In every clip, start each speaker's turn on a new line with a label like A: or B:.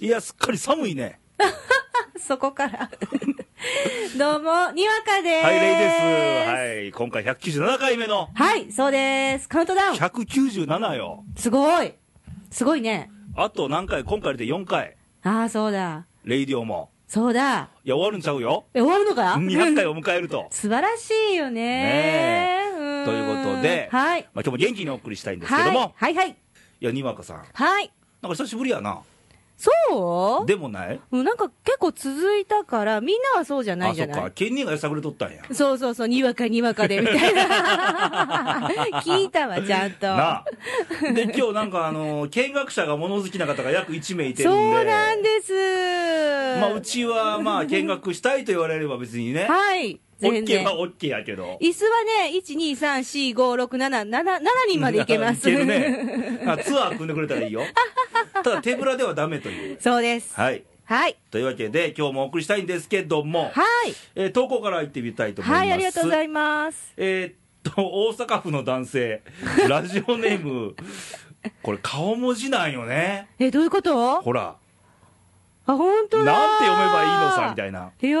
A: いや、すっかり寒いね。
B: そこから どうもにわかです
A: はい、レイです。はい、今回197回目の
B: はい、そうですカウントダウン
A: 197よ。
B: すごいすごいね
A: あと何回、今回で4回、
B: ああそうだ
A: レイディオも。
B: そうだ
A: いや、終わるんちゃうよ。
B: え終わるのか
A: 200回を迎えると。
B: 素晴らしいよね
A: ね
B: うん
A: ということで
B: はい
A: まあ、今日も元気にお送りしたいんですけ
B: は
A: ど
B: い
A: も、
B: はいはい
A: いや、にわかさん、
B: はい
A: なんか久しぶりやな。
B: そう
A: でもない
B: うんなんか結構続いたからみんなはそうじゃない
A: あ、
B: じ
A: そ
B: ゃ
A: っ
B: ない
A: か。県人がやさぐれとったんや。
B: そうそうそう、にわかにわかで、みた いな。聞いたわ、ちゃんと。
A: なあ。で、今日なんかあのー、見学者が物好きな方が約1名いてるんで。
B: そうなんです。
A: まあ、うちはまあ、見学したいと言われれば別にね。
B: はい、
A: オ
B: 全
A: ッケー
B: 然。
A: はオッケーやけど。
B: 椅子はね、1、2、3、4、5、6、7、7、7人までいけます。
A: いけるね。あツアー組んでくれたらいいよ。ただ手ぶらではダメという。
B: そうです。
A: はい。
B: はい。
A: というわけで、今日もお送りしたいんですけども、
B: はい。
A: えー投稿から行ってみたいと思います。
B: はい、ありがとうござ
A: ます。
B: います。
A: えーっと、大阪府の男 性、ラジオネーム、これ顔文字なんよね。
B: え、どういうこと
A: ほら、
B: あ、本
A: な
B: 当
A: ん
B: だ。
A: て読めばいいのさ、みたいな。
B: いやー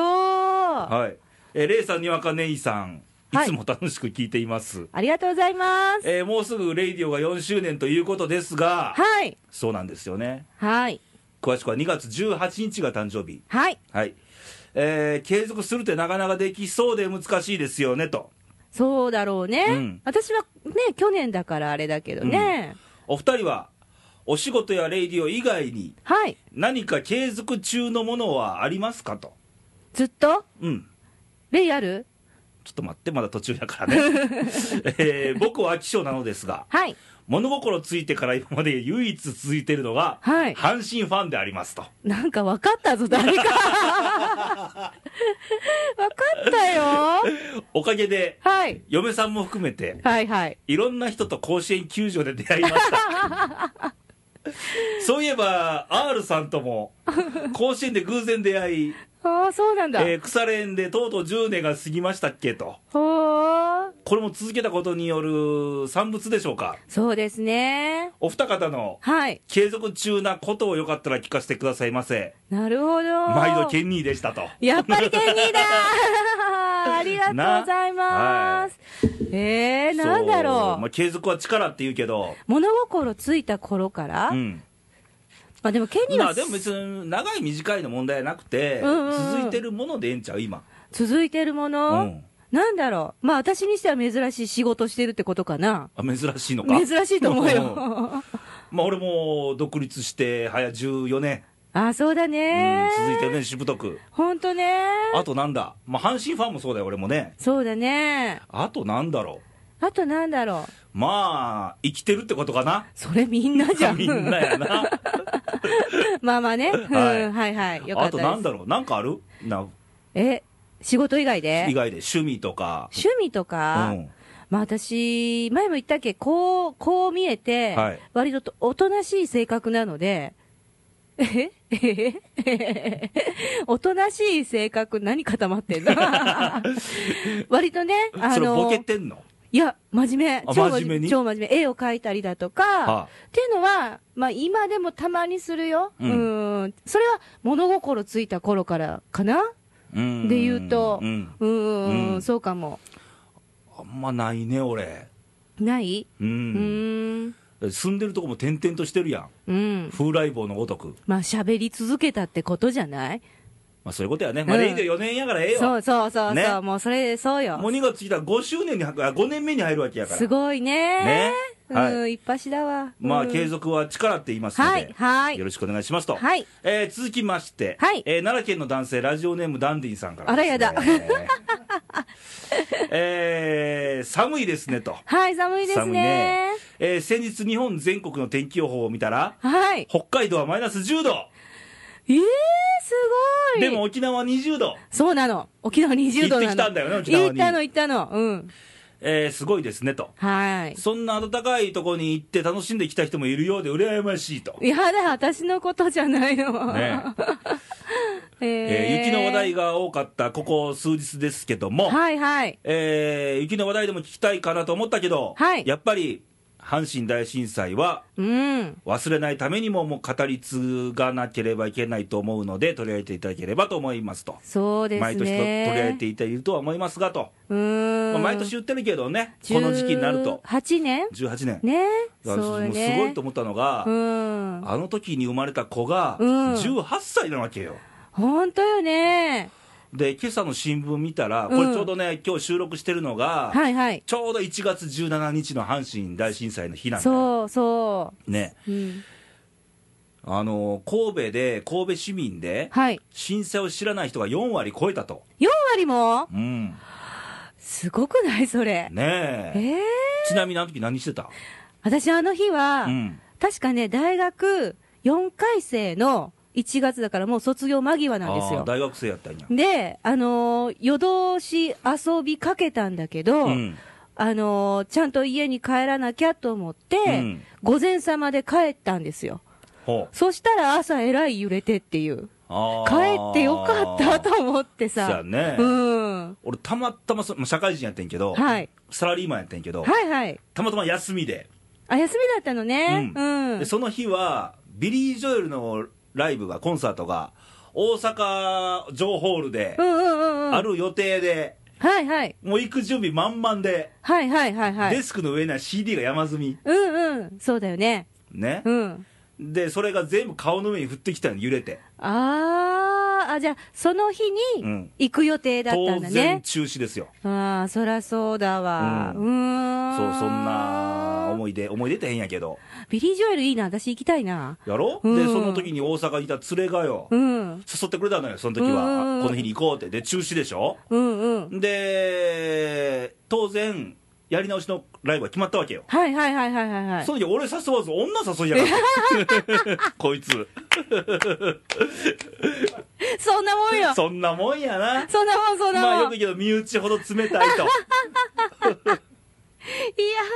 A: はい。えー、レイさん、にわかねいさん、い
B: はい
A: つも楽しく聞いています。
B: ありがとうございます。
A: えーもうすぐレイディオが4周年ということですが、
B: はい。
A: そうなんですよね。
B: はい。
A: 詳しくは2月18日が誕生日、
B: はい。
A: はいえー継続するってなかなかできそうで難しいですよねと、
B: そうだろうね。
A: うん
B: 私はね、去年だからあれだけどね。
A: お二人はお仕事やレイディオ以外に
B: はい。
A: 何か継続中のものはありますかと、
B: ずっと
A: うん、
B: レイある
A: ちょっと待って、まだ途中だからね、 えー僕は飽き性なのですが、
B: はい。
A: 物心ついてから今まで唯一続いてるのが、
B: はい
A: 阪神ファンでありますと、
B: なんか分かったぞ、誰 か。分かったよ。
A: おかげで
B: はい。
A: 嫁さんも含めて、
B: はいはい。
A: いろんな人と甲子園球場で出会いました。 そういえば、R さんとも、甲子園で偶然出会い、
B: ああ、そうなんだ。
A: えー腐れ縁でとうとう10年が過ぎましたっけと。
B: ほー。
A: これも続けたことによる産物でしょうか。
B: そうですね。
A: お二方の
B: はい。
A: 継続中なことをよかったら聞かせてくださいませ。
B: なるほど。
A: 毎度ケンニーでしたと。
B: やっぱりケニー だありがとうございます。えー、なんだろ。
A: そうまあ、継続は力って言うけど、
B: 物心ついた頃から、
A: うん。
B: まあでもケニー
A: ま
B: は
A: あでも別に長い短いの問題はなくて、
B: うんうんうん
A: 続いてるものでええんちゃう今。
B: 続いてるもの、
A: うん
B: なんだろう。まあ私にしては珍しい仕事してるってことかな。
A: あ、珍しいのか。
B: 珍しいと思う
A: ん
B: よ。
A: まあ、俺も独立して早14年、
B: あ、そうだね。
A: うん、続いてるね、しぶとく、
B: ほんとね。
A: あとなんだ、まあ、阪神ファンもそうだよ、俺もね、
B: そうだね。
A: あとなんだろ
B: あとなんだろう。
A: う、まあ、生きてるってことかな、
B: それみんなじゃ ん。
A: みんなやな、
B: まあまあね。うん
A: はい
B: はいはい。よ
A: あ
B: かった
A: と
B: です。
A: なんだろう、なんかあるな
B: え、仕事以外
A: 以
B: で
A: 外で趣味とか、
B: 趣味とか、
A: うん
B: まあ私、前も言ったっけ、こう、こう見えて、
A: はい
B: 割ととおとなしい性格なので、ええええおとなしい性格、何固 まってんの割とね、あ
A: それ、ボ
B: の、
A: ケてんの、
B: いや、真面
A: あ
B: 目。超
A: 真面目に
B: 超真面目。絵を描いたりだとか、
A: はあ
B: っていうのは、まあ今でもたまにするよ。
A: う
B: うんん。んそれは物心ついた頃からかな
A: うん
B: で言うと、
A: う
B: うんん、うん
A: うん
B: そうかも。
A: あんまないね、俺、
B: ない
A: うん
B: うーん。
A: 住んでるとこも転々としてるやん、
B: うん。
A: 風来坊のごとく、
B: まあ喋り続けたってことじゃない
A: まあ、そういうことやね、まあ、
B: うん
A: レイディオ4年やからええよ。
B: そうそうそうそう、
A: ね
B: もうそれ、そうよ
A: もう。2月来たら5周年に入る、あ5年目に入るわけやから。
B: すごいね。
A: ねはい
B: うん、一発だわ。
A: まあ、
B: うん
A: 継続は力って言いますので、
B: はいはい
A: よろしくお願いしますと、
B: はい
A: えー続きまして、
B: はい
A: えー奈良県の男性、ラジオネームダンディンさんから
B: あらやだ
A: ですね えー寒いですねと、
B: はい、寒いですね。
A: 寒いね、えー先日、日本全国の天気予報を見たら、
B: はい。
A: 北海道はマイナス10度、
B: ええー、すごい。
A: でも沖縄は20度、
B: そうなの。沖縄20度
A: 行っ
B: なの。
A: てきたんだよね沖縄に
B: 行ったの、行ったの。うん。
A: えーすごいですねと、
B: はい。
A: そんな暖かいところに行って楽しんできた人もいるようで、羨ましいと。
B: やだ、私のことじゃないの。
A: ね
B: え
A: えー雪の話題
B: が。
A: が多かったここ数日ですけども、
B: はいはい。
A: えー雪の話題でも聞きたいかなと思ったけど、
B: はい
A: やっぱり阪神大震災は
B: うん。
A: 忘れないためにももう語り継がなければいけないと思うので取り上げていただければと思いますと
B: そうですね。
A: 毎年と取り上げていただけるとは思いますがと、
B: うーん。
A: まあ、毎年言ってるけどねこの時期になると
B: 8年
A: 18年
B: ね。
A: だから
B: そう
A: もう
B: ね。
A: すごいと思ったのが、
B: うん。
A: あの時に生まれた子が
B: うん
A: 18歳なわけよ、
B: 本当よね。
A: で今朝の新聞見たら、
B: うん
A: これちょうどね、今日収録してるのが、
B: はいはい。
A: ちょうど1月17日の阪神大震災の日なんだよ
B: そうそ
A: ね、
B: う。うん。
A: あの神戸で、神戸市民で、
B: はい。
A: 震災を知らない人が4割超えたと、
B: 4割も
A: うん、
B: すごくないそれ。
A: ね
B: え
A: え、
B: え
A: ちなみにあの時何してた、
B: 私あの日は、
A: うん、
B: 確かね、大学4回生の1月だからもう卒業間際なんです
A: あー
B: よ。
A: 大学生やったんや、
B: で、あのー夜通し遊びかけたんだけど、
A: うん、
B: あのーちゃんと家に帰らなきゃと思って、
A: うん
B: 午前様で帰ったんですよ。
A: ほう
B: そしたら朝えらい揺れてっていう。
A: あ
B: 帰
A: ー
B: ってよかったと思って
A: そうや
B: さ。
A: ね、
B: うん。
A: 俺、たまたまそ、まあ社会人やってんけど、
B: はい
A: サラリーマンやってんけど、
B: はいはい。
A: たまたま休みで。
B: あ、休みだったのね。
A: う
B: うん。
A: でその日はビリー・ジョエルのライブがコンサートが大阪城ホールで
B: うんうんうんうん。
A: ある予定で、
B: はいはい。
A: もう行く準備満々で、
B: はいはいはいはい。
A: デスクの上には CD が山積み
B: うんうん。そうだよね。
A: ね、
B: うん。
A: でそれが全部顔の上に降ってきたの揺れて
B: あー、あ、じゃあ、その日
A: う
B: に
A: ん
B: 行く予定だった
A: 当
B: んだ
A: 然
B: ね。
A: 中止ですよ
B: あー、そらそうだわ。
A: う
B: うんーん。
A: そうそんな思い出思い出ってへんやけど
B: ビリー・ジョエルいいな。私行きたいな。
A: やろ、
B: う
A: で
B: ん
A: その時に大阪にいた連れがよ、
B: うん。
A: 誘ってくれたのよその時は、
B: うん
A: あこの日に行こうってで中止でしょ
B: うんうん。
A: で当然やり直しのライブは決まったわけよ
B: はいはいはいはいはいはい。
A: その時俺誘わず女誘いやが ったこいつ
B: そんなもんよ。
A: そんなもんやな
B: そんなもん、そん
A: まあ
B: な
A: よ
B: もん。
A: く
B: い
A: 言
B: や、
A: うけど身内ほど冷たいと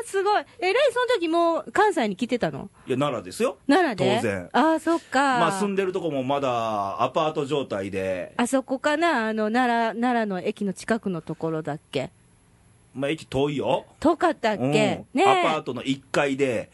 B: すごい。えらい、その時もう関西に来てたの
A: いや奈良ですよ
B: 奈良で
A: 当然
B: あー、そっか。
A: まあ住んでるとこもまだアパート状態で、
B: あそこかなあの、奈良、奈良の駅の近くのところだっけ
A: まあ、駅遠いよ、
B: 遠かったっ
A: うん
B: け、ねえ
A: アパートの1階で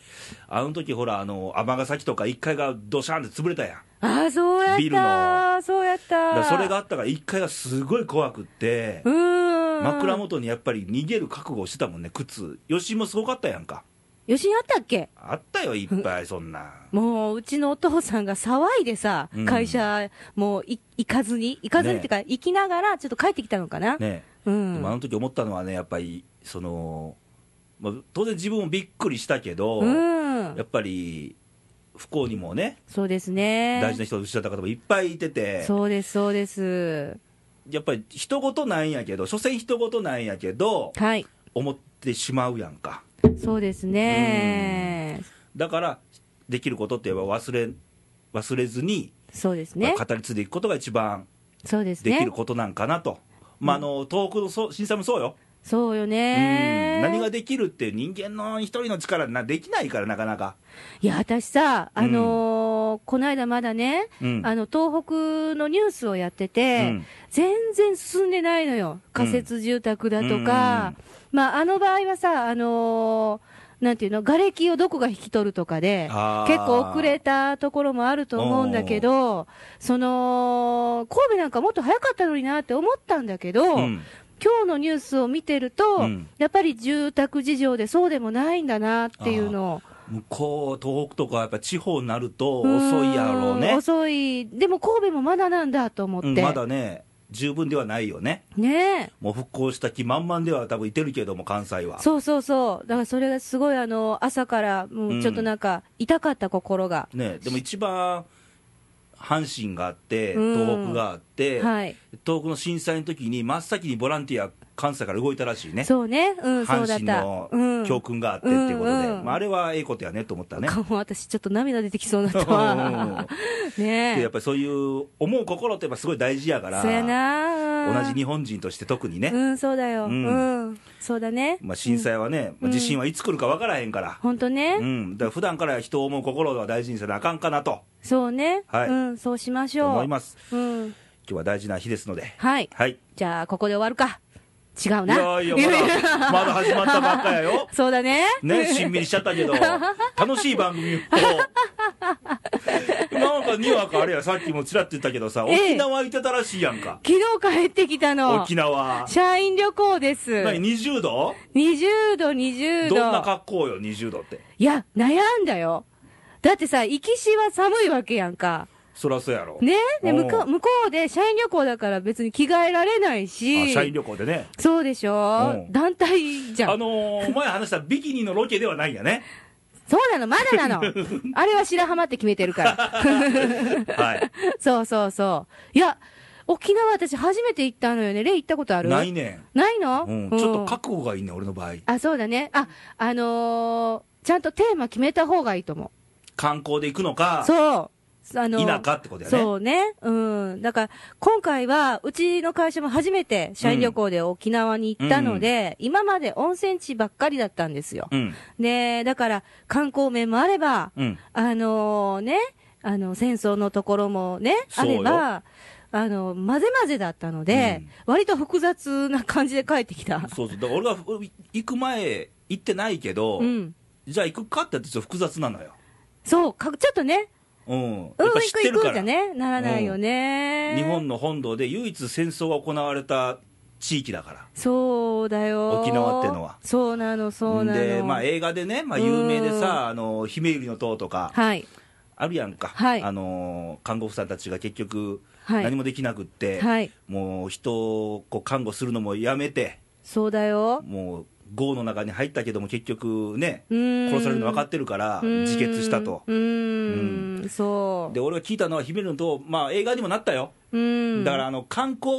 A: あの時ほらあの尼崎とか1階がドシャンって潰れたやん
B: ああ、そうやった
A: ビルの
B: そうやった
A: だからそれが、あったから1階がすごい怖くって
B: うーん。
A: 枕元にやっぱり逃げる覚悟をしてたもんね靴吉井もすごかったやんか
B: 余震あったっけ
A: あったよいっぱいそんな
B: もう、うちのお父さんが騒いでさ
A: うん、
B: 会社、もうい、行かずに、行かずにってか、行きながら、ちょっと帰ってきたのかな、
A: ね
B: う
A: でもあ
B: ん。
A: の時思ったのはねやっぱりその、まあ、当然自分もびっくりしたけど、
B: うん
A: や。っぱり不幸にもね
B: そうですね。
A: 大事な人を失った方もいっぱいいてて
B: そうです、そうです。
A: やっぱり人事なんやけど所詮人事なんやけど
B: はい。
A: 思ってしまうやんか
B: そうですね。
A: だからできることって言えば忘れ忘れずに、
B: そうです
A: ま
B: ね。
A: あ語り継いでいくことが一番
B: そうです
A: でき
B: ね
A: る。ことなんかなと、まあ、あの東北のそう震災もそうよ、
B: そうよ
A: う
B: ね
A: ん。何ができるって人間の一人の力なできないからなかなか、
B: いや、私さ、あのーこの間まだね、
A: うん
B: あの、東北のニュースをやってて、
A: うん
B: 全然進んでないのよ。仮設住宅だとか、まあ、あの場合はさ、あのーなんていうの、瓦礫をどこが引き取るとかで、
A: あー
B: 結構遅れたところもあると思うんだけど、その、神戸なんかもっと早かったのになって思ったんだけど、
A: うん
B: 今日のニュースを見てると、
A: うん
B: やっぱり住宅事情でそうでもないんだなっていうのを。
A: 向こう、東北とか、やっぱ地方になると遅いやろう
B: ーん
A: ね、
B: 遅い。でも神戸もまだなんだと思って。
A: うんまだね、十分ではないよね、
B: ねえ。
A: もう復興した気満々では多分いてるけども、関西は。
B: そうそうそう。だからそれがすごいあの、朝から、も
A: うん
B: うちょっとなんか、痛かった心が。
A: ね、でも一番阪神があって、
B: うん
A: 東北があって、
B: はい。
A: 東北の震災の時に真っ先にボランティア、関西から動いたらしいね、
B: そうね。うん、そう
A: 阪
B: だっ
A: 神
B: た。う
A: の
B: ん。
A: 教訓があってっていうことで、
B: うんうん
A: まあ、あれはええことやねと思ったね。
B: かも私ちょっと涙出てきそうになった
A: うん
B: わ。
A: で
B: ね
A: やっ
B: え。
A: ぱりそういう思う心ってやっぱすごい大事やから
B: そうやな
A: 同じ日本人として特にね、
B: うん、そうだよ。
A: う
B: うんん。そうだね。
A: まあ、震災はね、まあ、地震はいつ来るか分からへんから、
B: ほんと
A: うん
B: ね。
A: だから普段から人を思う心は大事にせなあかんかなと
B: そうね。
A: はい
B: うん、そうしましょう。
A: 思います
B: うん。
A: 今日は大事な日ですので
B: はい。
A: はい
B: じゃあ、ここで終わるか。違う
A: い
B: な。
A: やいや、まだ、まだ始まったばっかやよ。
B: そうだね。
A: ね、しんみりしちゃった けど、楽しい番組を。なんかにわかあれや、さっきもちらっと言ったけどさ、
B: ええ
A: 沖縄行ってたらしいやんか。
B: 昨日帰ってきたの。
A: 沖縄。
B: 社員旅行です。
A: 何、20度
B: 20度、20
A: ど
B: 度。
A: んな格好よ、20度って。
B: いや、悩んだよ。だってさ、行きしは寒いわけやんか。
A: そらそうやろ。
B: ねで
A: うん
B: 向こう向こうで社員旅行だから別に着替えられない
A: あ
B: し。
A: 社員旅行でね。
B: そうでしょ、
A: うん
B: 団体じゃ
A: あ
B: ん。
A: のー、前話したビキニのロケではないんや ね。
B: そうなの、まだ なの。あれは白浜って決めてるから。
A: はい。
B: そうそうそう。いや、沖縄私初めて行ったのよね。レイ行ったことある
A: ないね
B: ないの、
A: ん。うん、ちょっと覚悟がいいね、俺の場合。
B: あ、そうだね。あ、あのーちゃんとテーマ決めた方がいいと思
A: 観光で行くの
B: う。
A: か、
B: そう。あのー
A: 田舎ってことやね。
B: そうね。うん。だから、今回は、うちの会社も初めて社員旅行で沖縄に行ったので、今まで温泉地ばっかりだったんですよ。
A: うん。
B: ねだから、観光面もあれば、
A: うん。
B: あのーね、あの、戦争のところもね、
A: そ
B: あ
A: うよ
B: れば、あの、混ぜ混ぜだったので、割と複雑な感じで帰ってきた。
A: そうそう。だから俺がふ行く前、行ってないけど、
B: うん。
A: じゃあ行くかってやってちょっと複雑なのよ。
B: そう、かちょっとね、
A: うん。やっ
B: うん、行
A: ぱ知っ
B: く
A: て
B: 行
A: る
B: く
A: か
B: じ
A: ら。
B: ゃね、ならないよね。
A: 日本の本土で唯一戦争が行われた地域だから。
B: そうだよ。
A: 沖縄ってのは
B: そうなの、そうなの。
A: で、まあ映画でね、まあ有名でさ、あの、姫百合の塔とか、
B: はい。
A: あるやんか。
B: はい
A: あの、看護婦さんたちが結局、
B: はい
A: 何もできなくって、
B: はい。
A: もう人をこう看護するのもやめて、
B: そうだよ。
A: もう壕の中に入ったけども、結局ね、
B: 殺
A: 殺されるの分かってるから、自決したと。
B: うーん、そ
A: で、俺が聞いたのは、姫野と、まあ、映画にもなったよ、
B: う。うん。
A: だからあの観光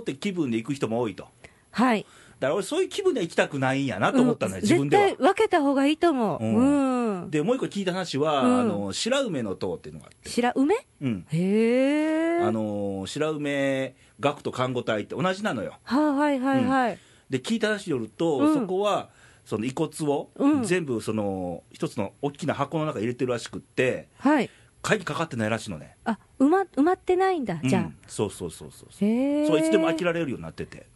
A: って気分で行く人も多いと、だ
B: はい。
A: から俺、そういう気分では行きたくないんやなと思ったのよ、自分では
B: 絶。対分けた方がいいと思う。
A: う
B: うん。
A: で、もう一個聞いた話は、
B: うん
A: あの白梅の塔っていうのがあって、
B: 白梅
A: うん、
B: へえ。
A: あ、の白梅学徒看護隊って同じなのよ、
B: はあ、はいはいはい。
A: で聞いた話によると、
B: うん
A: そこはその遺骨を
B: うん
A: 全部その一つの大きな箱の中に入れてるらしくって
B: はい。
A: 鍵かかってないらしいのね
B: あ、埋ま、埋まってないんだ、じ
A: う
B: ゃ
A: んそうそうそうそう
B: あ。へえ。
A: そういつでも飽きられるようになってて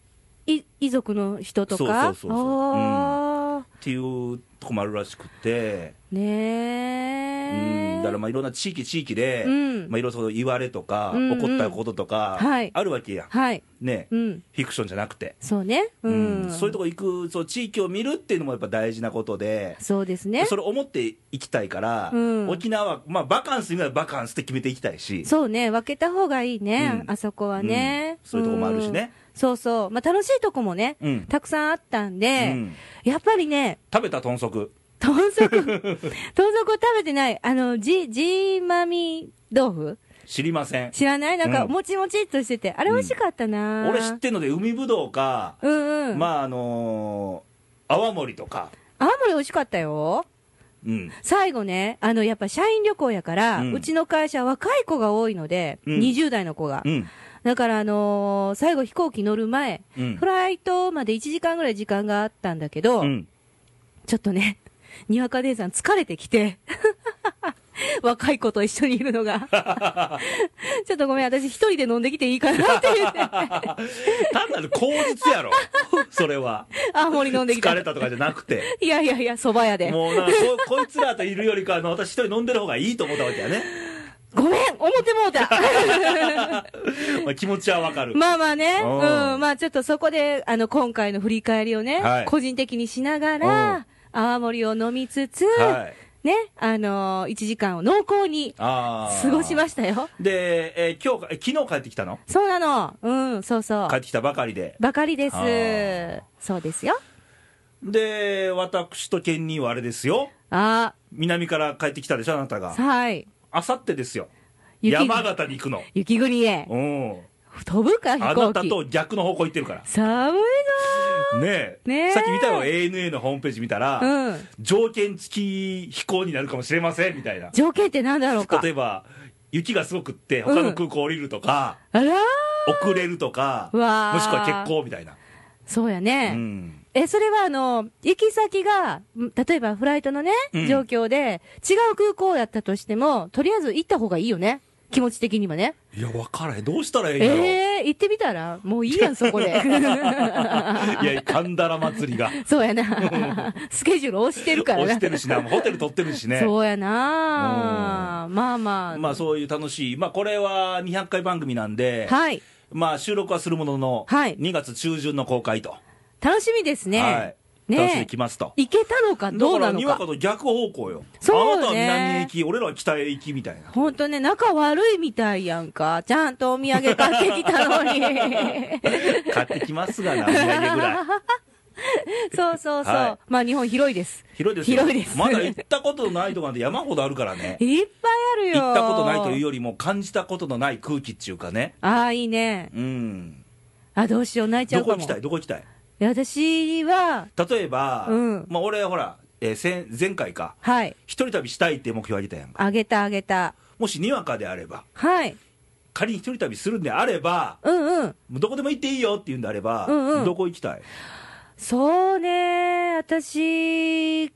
B: い遺族の人とか
A: そうそうそうそう
B: あ
A: っていうとこもあるらしくて、
B: ーねえ。
A: うん、だからまあいろんな地域地域で、
B: うん
A: まあ、いろいろその言われとか、
B: うんうん
A: 起こったこととか、
B: はい
A: あるわけやん
B: はい。
A: ね、
B: うん。
A: フィクションじゃなくて、
B: そうね。うん。
A: うんそういうとこ行くそう地域を見るっていうのもやっぱ大事なことで
B: そうですね。
A: それ思っていきたいから、
B: うん
A: 沖縄は、まあ、バカンスにはバカンスって決めていきたいし、
B: そうね、分けた方がいいね、
A: うん
B: あそこはね、
A: うんそういうとこもあるしね
B: うんそうそう、まあ、楽しいとこもね、
A: うん
B: たくさんあったん
A: う
B: で、
A: ん、
B: やっぱりね、
A: 食べた豚足
B: 豚 足、豚足を食べてない、あの、じ、じーまみ豆腐
A: 知りません
B: 知らないなんか、
A: うん
B: もちもちっとしてて、あれ美味しかったな、
A: 俺知ってんので海ぶどうか、
B: うんうん。
A: まああのー泡盛とか、
B: 青森美味しかったよ。
A: うん、
B: 最後ね、あの、やっぱ社員旅行やから、
A: う
B: うんちの会社若い子が多いので、
A: うん
B: 20代の子が。
A: うん
B: だから、あのー最後飛行機乗る前、
A: うん
B: フライトまで1時間ぐらい時間があったんだけど、
A: うん
B: ちょっとね、にわか姉さん疲れてきて、 若い子と一緒にいるのが。 ちょっとごめん、私一人で飲んできていいかなって言って、
A: 単なる口実 やろそれは
B: 青森飲んできた。
A: 疲れたとかじゃなくて
B: いやいやいや、蕎麦屋 で。
A: もうなんかここいつらといるよりかあの私一人飲んでる方がいいと思ったわけやね、
B: ごめん、思っても うた。
A: まあ、気持ちはわかる、
B: まあまあね、
A: うん
B: うん、まあちょっとそこで、あの、今回の振り返りをね、
A: はい
B: 個人的にしなが
A: うん
B: ら、泡盛を飲みつつ、
A: はい
B: ね、あのー、1時間を濃厚に
A: ああ
B: 過ごし
A: し
B: ましたよ。
A: たで、えー今日か昨日帰ってきたの
B: そうなの。うん、そうそ
A: 帰っ
B: う。
A: てきたばかりで
B: ばかりで
A: あー
B: す。そうですよ。
A: で私と県人はあれですよ
B: あ
A: 南から帰ってきたでしょあなたが
B: はい。
A: あさってですよ
B: 雪
A: 山形に行くの
B: 雪国へ。
A: うん
B: 飛ぶか、飛
A: あ
B: 行
A: なた
B: 機。
A: と逆の方向行ってるから
B: 寒い
A: ねえ
B: ねえ
A: さっき見たよ ANA のホームページ見たら、
B: なうん。
A: 条件付き飛行になるかもしれませんみたいな
B: 条件って何だろうか
A: 例。えば雪がすごくって他の空港降りるとか、
B: あらー
A: 遅れるとか
B: うわー
A: もしくは欠航みたいな、
B: そうや
A: う
B: ね。
A: ん、
B: え、それはあの、行き先が、ん例えばフライトのね
A: うん、
B: 状況で、違う空港やったとしても、とりあえず行った方がいいよね。気持ち的にはね。
A: いや、分からへん。どうしたらええんやろ。
B: えー、行ってみたらもういいやん、そ こで。
A: いや、神田ら祭りが。
B: そうやな。スケジュール押してるから
A: 押し。
B: な
A: てるしな、もうホテル取ってるしね。
B: そうやな。まあまあ。
A: まあそういう楽しい、まあこれは200回番組なんで、
B: はい。
A: まあ収録はするものの、
B: はい
A: 2月中旬の公開と、
B: 楽しみですね。
A: はい、
B: ね
A: 楽しんできますと。
B: 行けたのかどう
A: だか
B: な
A: ら、
B: の
A: にわ
B: か
A: か。と逆方向よ。
B: そ
A: あ
B: うね
A: なたは南に行き、俺らは北へ行きみたい な。
B: ほんとね、仲悪いみたいやんか。ちゃんとお土産買ってきた のに。
A: 買ってきますがな、お土産ぐらい。
B: そうそうそう。
A: は
B: まあ日本広いです。
A: 広いですよ。
B: 広いです
A: まだ行ったことのないとこなんて山ほどあるからね。
B: いっぱいあるよ。
A: 行ったことないというよりも感じたことのない空気っていうかね。
B: ああ、いいね。
A: うん。
B: あ、どうしよう、泣いちゃ
A: ど
B: うか
A: こ行
B: も。
A: きたいどこ行きたい
B: いや私は、
A: 例えば、
B: うん
A: まあ俺ほら、えー先前回か、
B: はい。
A: 一人旅したいって目標あげたやんか。
B: あげたあげた。
A: もしにわかであれば、
B: はい。
A: 仮に一人旅するんであれば、
B: うんうん。
A: もうどこでも行っていいよって言うんであれば、
B: うんうん
A: どこ行きたい
B: そうね、私、結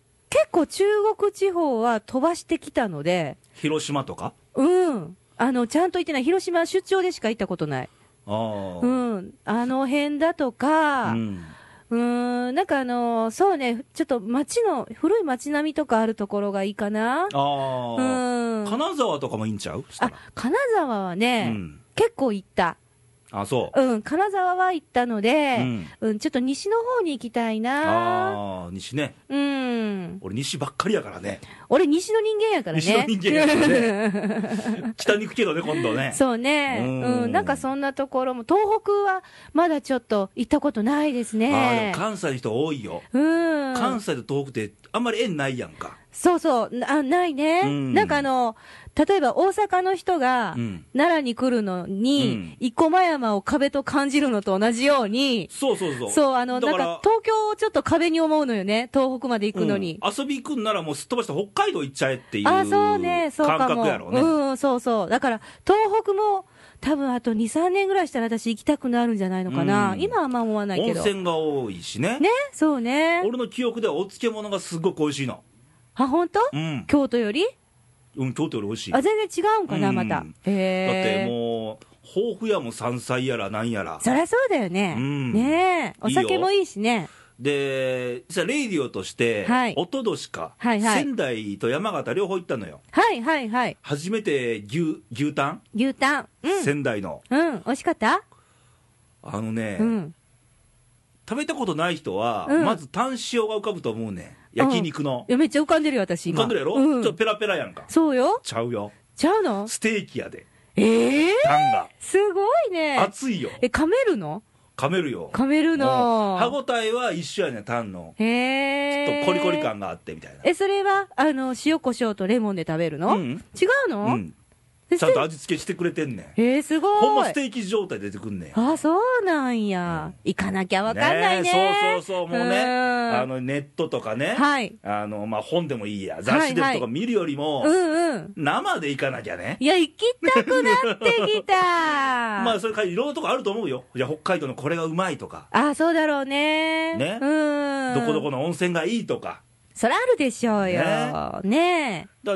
B: 構中国地方は飛ばしてきたので、
A: 広島とか
B: うん。あの、ちゃんと行ってない。広島出張でしか行ったことない。
A: ああ、
B: うん。あの辺だとか、
A: う
B: うんーん、なんかあの、そうね、ちょっと街の、古い街並みとかあるところがいいかな。
A: あ
B: う
A: あ、
B: ん。
A: 金沢とかもいいんちゃうそした
B: あ
A: ら、
B: 金沢はね、
A: うん、
B: 結構行った。
A: あそう、
B: うん、金沢は行ったので、
A: うん
B: うん、ちょっと西の方に行きたいな。
A: ああ西ね
B: うん。
A: 俺西ばっかりやからね
B: 俺、西の人間やからね。
A: 西の人間やからね 北に行くけどね今度ね
B: そうね。
A: うん
B: うん。なんかそんなところも、東北はまだちょっと行ったことないです
A: ああでも
B: ね。
A: 関西の人多いよ、
B: うん。
A: 関西と東北ってあんまり縁ないやんか
B: そうそう。なあ、ないね。
A: うん
B: なんかあの、例えば大阪の人が、
A: うん
B: 奈良に来るのに、生駒山を壁と感じるのと同じように、
A: そうそうそう
B: そう、あの、
A: だ
B: なん
A: ら
B: か東京をちょっと壁に思うのよね。東北まで行くのに。
A: うん遊び行くんならもうすっ飛ばして北海道行っちゃえっていう
B: あ
A: 感
B: そうね、そうかも。
A: 覚やろうね、
B: うんうん、そうそう。だから、東北も、多分あと2、3年ぐらいしたら私行きたくなるんじゃないのかな。
A: うん
B: 今はあんま思わない
A: 温
B: けど。ね、
A: 泉が多いしね
B: そうね。
A: 俺の記憶ではお漬物がすっごく美味しいの
B: あ、本当、
A: うん、
B: 京都より
A: うん、京都より美味しいだ
B: あ、
A: っ
B: 全然違うんかな、
A: うん
B: また。
A: て
B: へえ。
A: もう豊富やも山菜やらなんやら
B: そりゃそうだよね。
A: うん
B: ねえ。お
A: いい
B: 酒
A: よ
B: もいいしね。
A: で実はレイディオとして、
B: はい
A: おととしか、
B: はいはい
A: 仙台と山形両方行ったのよ
B: はいはいはい。
A: 初めて牛牛タン、
B: 牛タン。うん。
A: 仙台の
B: うん。美味しかった
A: あのね、
B: うん。
A: 食べたことない人は、
B: うん
A: まずタン塩が浮かぶと思うね焼肉の
B: い、や、めっちゃ浮かんでるよ、私
A: 浮
B: 今。
A: かんでるやろ、
B: う
A: ちょっと
B: ん。
A: ペラペラやんか
B: そうよ。
A: ちゃうよ
B: ちゃうの
A: ステーキやで
B: ええ
A: タンが
B: すごいね。
A: 熱いよ
B: え、噛めるの
A: 噛めるよ
B: 噛める
A: う
B: の
A: ん歯ごたえは一緒やねタンの
B: へ
A: ちょ
B: え
A: っとコリコリ感があってみたいな
B: えそれはあの塩コショウとレモンで食べるの、
A: うん
B: 違うの、
A: うん
B: え
A: ちゃんと味付けしてくれてんねん
B: えー、すごい
A: ほんまステーキ状態で出てくんねん
B: あそうなんや、行かなきゃわかんないね
A: えそうそうそうもうね
B: ん
A: あのネットとかね
B: はい
A: あのまあ本でもいいや雑誌で
B: はい
A: と
B: は
A: か
B: い
A: 見るよりも
B: うんうん
A: 生で行かなきゃね
B: いや行きたくなってきたま
A: まあそれからいろんなとこあると思うよじゃあ北海道のこれがうまいとか
B: あそうだろうね
A: ね
B: うん
A: どこどこの温泉がいいとか
B: そらあるでしょうよね
A: だから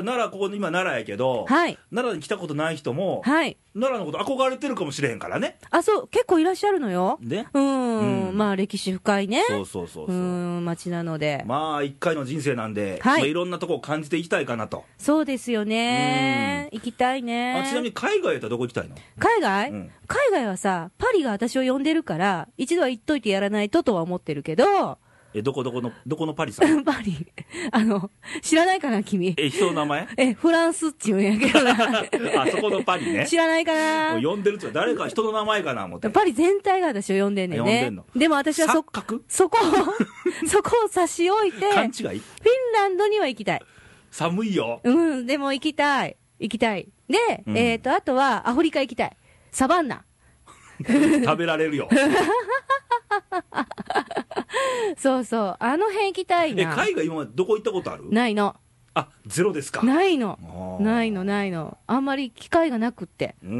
A: 奈良ここ今奈良やけど
B: えはい
A: 奈良に来たことない人も
B: はい
A: 奈良のこと憧れてるかもしれへんからね
B: あそう結構いらっしゃるのよ
A: ね
B: うん、
A: うん
B: まあ歴史深いね
A: そうそうそう
B: う
A: そう
B: ーん、街なので。
A: まあ一回の人生なんで、
B: はい
A: まあ、いろんなとこを感じていきたいかなと、
B: そうですよね。行きたいね
A: あ。ちなみに海外やったらどこ行きたいの
B: 海外、
A: うん
B: 海外はさ、パリが私を呼んでるから、一度は行っといてやらないととは思ってるけど、
A: えどこどこのどこのパリさん
B: パリ、あの、知らないかな、君。
A: え人の名前
B: え、フランスっちゅうんやけどな。
A: あそこのパリね
B: 知らないかな。
A: 呼んでるって誰か人の名前かな思って
B: パリ全体が私を呼んでんねん
A: 呼んで
B: ね
A: んの。
B: でも私はそ
A: 錯、覚
B: そこを、 そこを差し置いて、フ
A: 勘
B: ィン
A: 違い
B: ランドには行きたい。
A: 寒いよ
B: うん、でも行きたい。行きたい。で、
A: うん
B: えっ、と、あとはアフリカ行きたい。サバンナ。
A: 食べられる よ
B: そうそう。あの辺行きたい
A: え
B: な。
A: 海外今までどこ行ったことある
B: ないの。
A: あゼロですか
B: ないの。
A: あー
B: ないの、ないの。あんまり機会がなくって。
A: う
B: う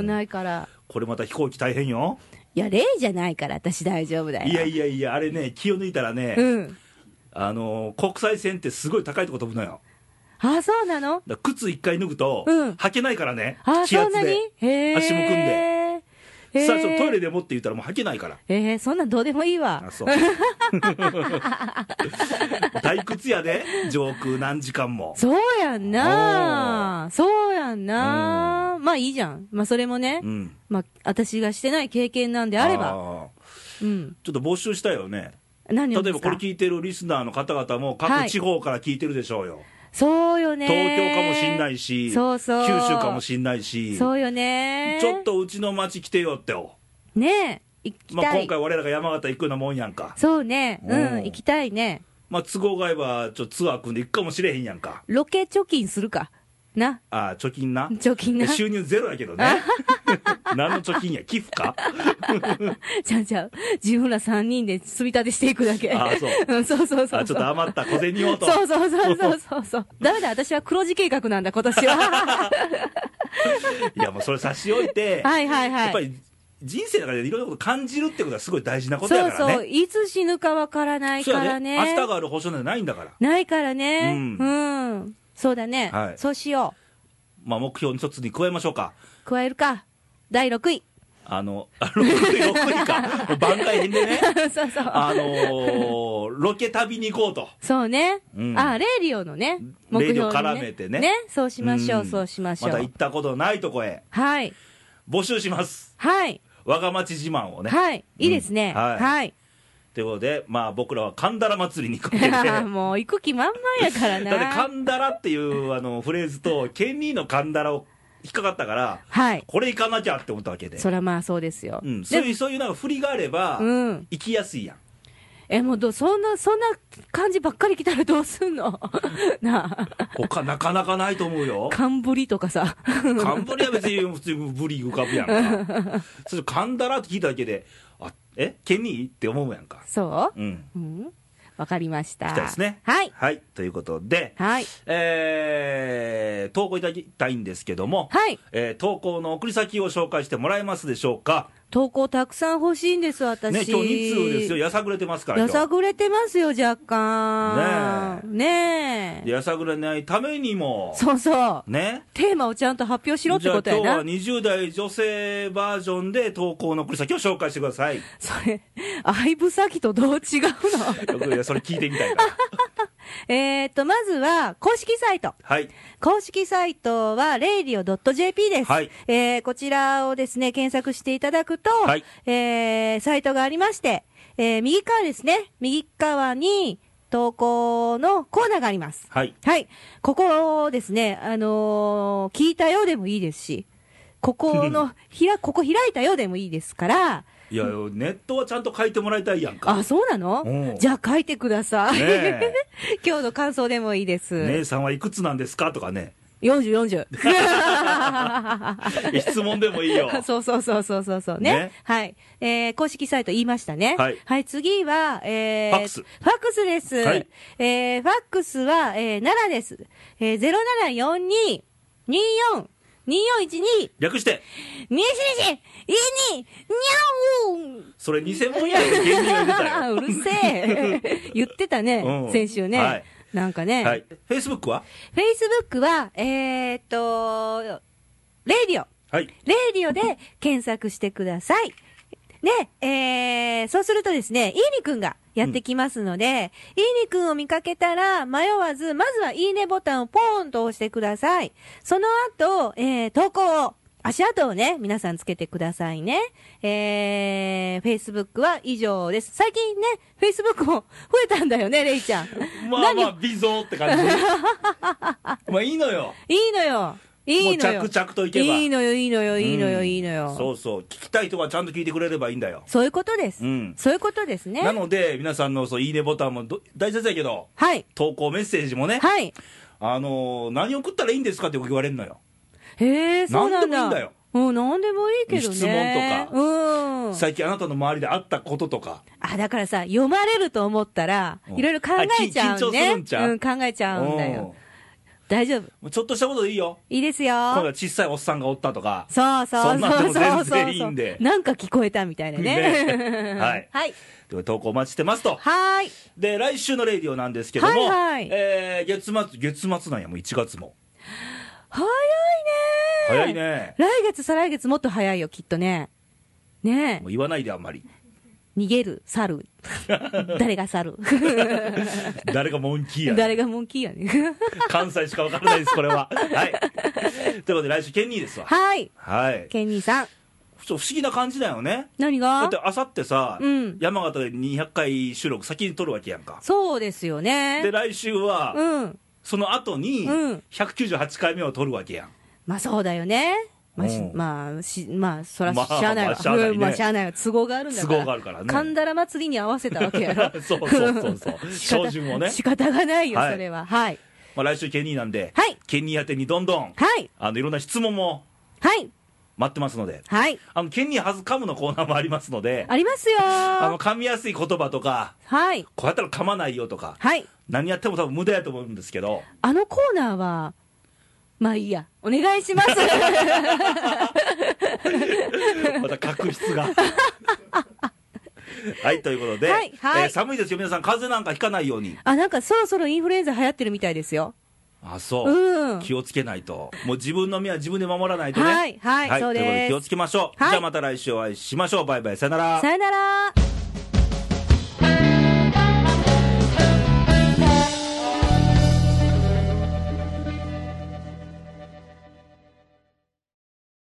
B: んん、ないから。
A: これまた飛行機大変よ
B: いや、例じゃないから、私大丈夫だよ。
A: いやいやいやあれね気を抜いたらね、
B: うん。
A: あのー国際線ってすごい高いとこ飛ぶのよ
B: あ、そうなの
A: だから靴一回脱ぐと、
B: うん
A: 履けないからね
B: あ、、
A: 気
B: そ
A: 圧
B: んなに
A: で。
B: へー
A: 足むくんで。
B: へー
A: さあ、そうトイレでもって言ったらもう履けないから。
B: えー、そんなんどうでもいいわ
A: あ。 そう退屈やで、上空何時間も。
B: そうやんなそうやんなまあいいじゃん。まあそれもね、
A: うん、
B: まあ私がしてない経験なんであれば、
A: ー
B: うん。
A: ちょっと募集したいよね、
B: 何
A: 例え
B: を
A: ば
B: です
A: こ
B: か
A: れ聞いてるリスナーの方々も、
B: は
A: 各
B: い
A: 地方から聞いてるでしょうよ、
B: そうよね
A: 東京かもしんないし、
B: そうそう
A: 九州かもしんないし、
B: そうよね
A: ちょっとうちの町来てよってよ、
B: ねえ、行き
A: まあ、
B: たい。
A: 今回、我らが山形行くようなもんやんか、
B: そうね、う
A: うん
B: ん、行きたいね。
A: まあ、都合が合えばちょっとツアー組んで行くかもしれへんやんか、
B: ロケ貯金するか。な、
A: あー貯金な、
B: 貯金な。
A: 収入ゼロやけどね、何の貯金や、寄付か、
B: じゃあじゃあ、自分ら3人で積み立てしていくだけ。
A: あーそうん
B: そうそうそう。
A: あーちょっと余った小銭をと。
B: そうそうそうそうそうそう。 ダメだ、私は黒字計画なんだ、今年 は。
A: いやもうそれ差し置いて、
B: はいはいはい。
A: やっぱり人生の中でいろんなこと感じるってことはすごい大事なこと
B: そ
A: や
B: う
A: からね。
B: そう、いつ死ぬかわからない
A: そう
B: か
A: や
B: ら
A: ね
B: ね。
A: 明日がある保証なんてないんだから、
B: ないからね。
A: う
B: うんん。そうだね、
A: はい
B: そうしよ
A: まあ、目標の一つに加えましょうか。
B: う。加えるか。第6位。
A: あの、 あの6位か、もう番外編でね、
B: そうそう。
A: あのー ロケ旅に行こうと。
B: そうね。
A: うん
B: あ、レイディオのね、目標に、ね。
A: レイディオ絡めてね
B: ね、そうしましょう、
A: ん
B: そうしましょう。
A: また行ったことないとこへ
B: はい。
A: 募集します。
B: はい。
A: 我が町自慢をね。
B: はい。いいですね。
A: うんはい
B: はい。
A: ということで、まあ僕らは神田ら祭りに行 こうとね
B: もう行く気満々やからな。
A: だって神田らっていうあのフレーズと、ケンニーの神田らを引っかかったから、
B: はい。
A: これ行かなきゃって思ったわけで、
B: そらまあそうですよ。
A: うん、そう
B: で
A: いうそういうなんか振りがあれば、
B: うん。
A: 行きやすい やん、
B: え、もうど、そんな、そんな感じばっかり来たらどうすんのなあ。
A: 他なかなかないと思う よ、
B: 寒ぶりとかさ。
A: カンブリは別に普通にブリ浮かぶやん か、それ、カンダラって聞いただけで、あえケンニーって思うやんか、
B: そ
A: うん、
B: ううん。わかりました。
A: 行きたいですね。
B: はい。
A: はい、ということで、
B: はい。
A: えー投稿いただきたいんですけども、
B: はい。
A: えー投稿の送り先を紹介してもらえますでしょうか、
B: 投稿たくさん欲しいんです、私。
A: ね、今日2通ですよ、やさぐれてますから、
B: や
A: 今日
B: さぐれてますよ、若干。ねえ。
A: でやさぐれないためにも、
B: そうそう。
A: ね、
B: テーマをちゃんと発表しろってことや
A: じゃあ
B: な。
A: 今日は20代女性バージョンで投稿の送り先を紹介してくださいよ
B: それ、相ぶさきとどう違うの
A: くいやそれ聞いてみたいな
B: えーっと、まずは、公式サイト。
A: はい
B: 公式サイトは、radio.jp です。
A: はい
B: えーこちらをですね、検索していただくと、
A: はい
B: えーサイトがありまして、えー右側ですね、右側に投稿のコーナーがあります。
A: はい
B: はい。ここをですね、あのー聞いたようでもいいですし、ここの、ひら、ここ開いたようでもいいですから、
A: いやネットはちゃんと書いてもらいたいやんか
B: あ、そうな
A: うん
B: のじゃあ書いてください。
A: ねえ
B: 今日の感想でもいいです。
A: 姉さんはいくつなんですかとかね
B: 40、
A: え質問でもいいよ
B: 40。そう そうそうそうそうそうね。
A: ね
B: はい。えー、公式サイト言いましたね。
A: はい
B: 次は、えー、
A: ファックス
B: ファックスです。
A: はい
B: えー、ファックスは、えー、奈良です。えー、0742-24-2412。
A: 略して
B: 二一日一二に
A: それ偽物やで芸人が
B: ゃ
A: 出た
B: んうるせえ 言ってたね、
A: うん
B: 先週ね、
A: はい
B: なんかね、
A: よはいフェイスブックは
B: フェイスブックはえー、っとレイディオ
A: はい
B: レイディオで検索してくださいで、えー、そうするとですね、いいにくんがやってきますので、いいにくんを見かけたら、迷わず、まずはいいねボタンをポーンと押してください。その後、えー、投稿を、足跡をね、皆さんつけてくださいね。えー、Facebook は以上です。最近ね、Facebook も増えたんだよね、レイちゃん。
A: まあまあ微増って 感じまあいいのよ
B: いいのよ。いいのよ。
A: もう着々といけば
B: いいのよ、いいのよ、いいの
A: う
B: よ、
A: ん
B: いいのよ。
A: そうそう聞きたい人はちゃんと聞いてくれればいいんだよ
B: そういうことです。
A: うん
B: そういうことですね。
A: なので皆さんのそういいねボタンもど大切だけど
B: はい。
A: 投稿メッセージもね、
B: はい。
A: あのー何送ったらいいんですかってよく言われるのよ、
B: へえ、そうな
A: な
B: んだ。
A: んでもいいんだよ
B: うん、なんでもいいけどね。
A: 質問とか
B: うん。
A: 最近あなたの周りであったこととか、
B: あ、だからさ、読まれると思ったら
A: う、ん
B: いろいろ考えちゃ
A: あき緊張
B: う
A: する
B: ね。
A: んちゃう
B: うん、考えちゃうんだ
A: うん
B: よ。大丈夫。
A: もうちょっとしたことでいいよ
B: いいです
A: 今度
B: よ。
A: は小さいおっさんがおったとか
B: そうそ
A: そ
B: うんそ
A: なの
B: うそう
A: 全
B: そう
A: 然いいんで
B: なんか聞こえたみたいなね。
A: ねはい
B: はい。
A: という投稿お待ちしてますと
B: はーい。
A: で来週のレディオなんですけども、
B: はいはい
A: えー月末月末なんやもう1月も
B: 早いね
A: 早い。ね
B: 来月、再来月もっと早いよ、きっとね。ね
A: もう言わないであんまり
B: え。逃げる、去る。誰が去る。
A: 誰がモンキーやね
B: 誰がモンキー やね。
A: 関西しかわからないですこれははいということで来週ケニーですわ
B: はい。
A: はい
B: ケニーさん。
A: そう不思議な感じだよね
B: 何
A: だ
B: が
A: ってあさってさ、
B: うん
A: 山形で200回収録先に撮るわけやんか
B: そうですよ
A: で
B: ね。
A: 来週は、
B: うん。
A: その後に
B: うん
A: 198回目を撮るわけやん
B: まあそうだよね。まあし
A: う、ん
B: まあ、し、まあ、そら、し
A: まあ
B: ゃあないわ。
A: まあしゃあないね
B: うんまあ、しゃあないわ。都合があるんだから。
A: 都合があるからね。
B: 神田ら祭りに合わせたわけやろ
A: そうそうそうそう照準をね
B: 仕方がないよ、
A: はい
B: それは。はい。
A: まあ、来週ケニーなんで、
B: はい
A: ケニー宛てにどんどん
B: はい。
A: あのいろんな質問も
B: はい。
A: 待ってますので
B: はい。
A: あのケニーはず噛むのコーナーもありますので
B: ありますよ
A: あの噛みやすい言葉とか
B: はい。
A: こうやったら噛まないよとか
B: はい。
A: 何やっても多分無駄やと思うんですけ ど
B: あのコーナーは、まあいいや。お願い します。
A: また確執 がはいということで、
B: はいはい
A: えー寒いですよ皆さん風邪なんかひかないように
B: あ、なんかそろそろインフルエンザ流行ってるみたいですよ。
A: あそう、
B: うん。
A: 気をつけないともう自分の身は自分で守らないとね
B: はいはいそうで
A: とい
B: す
A: うことで気をつけましょう、
B: はい
A: じゃあまた来週お会いしましょうバイバイさよなら
B: さよなら。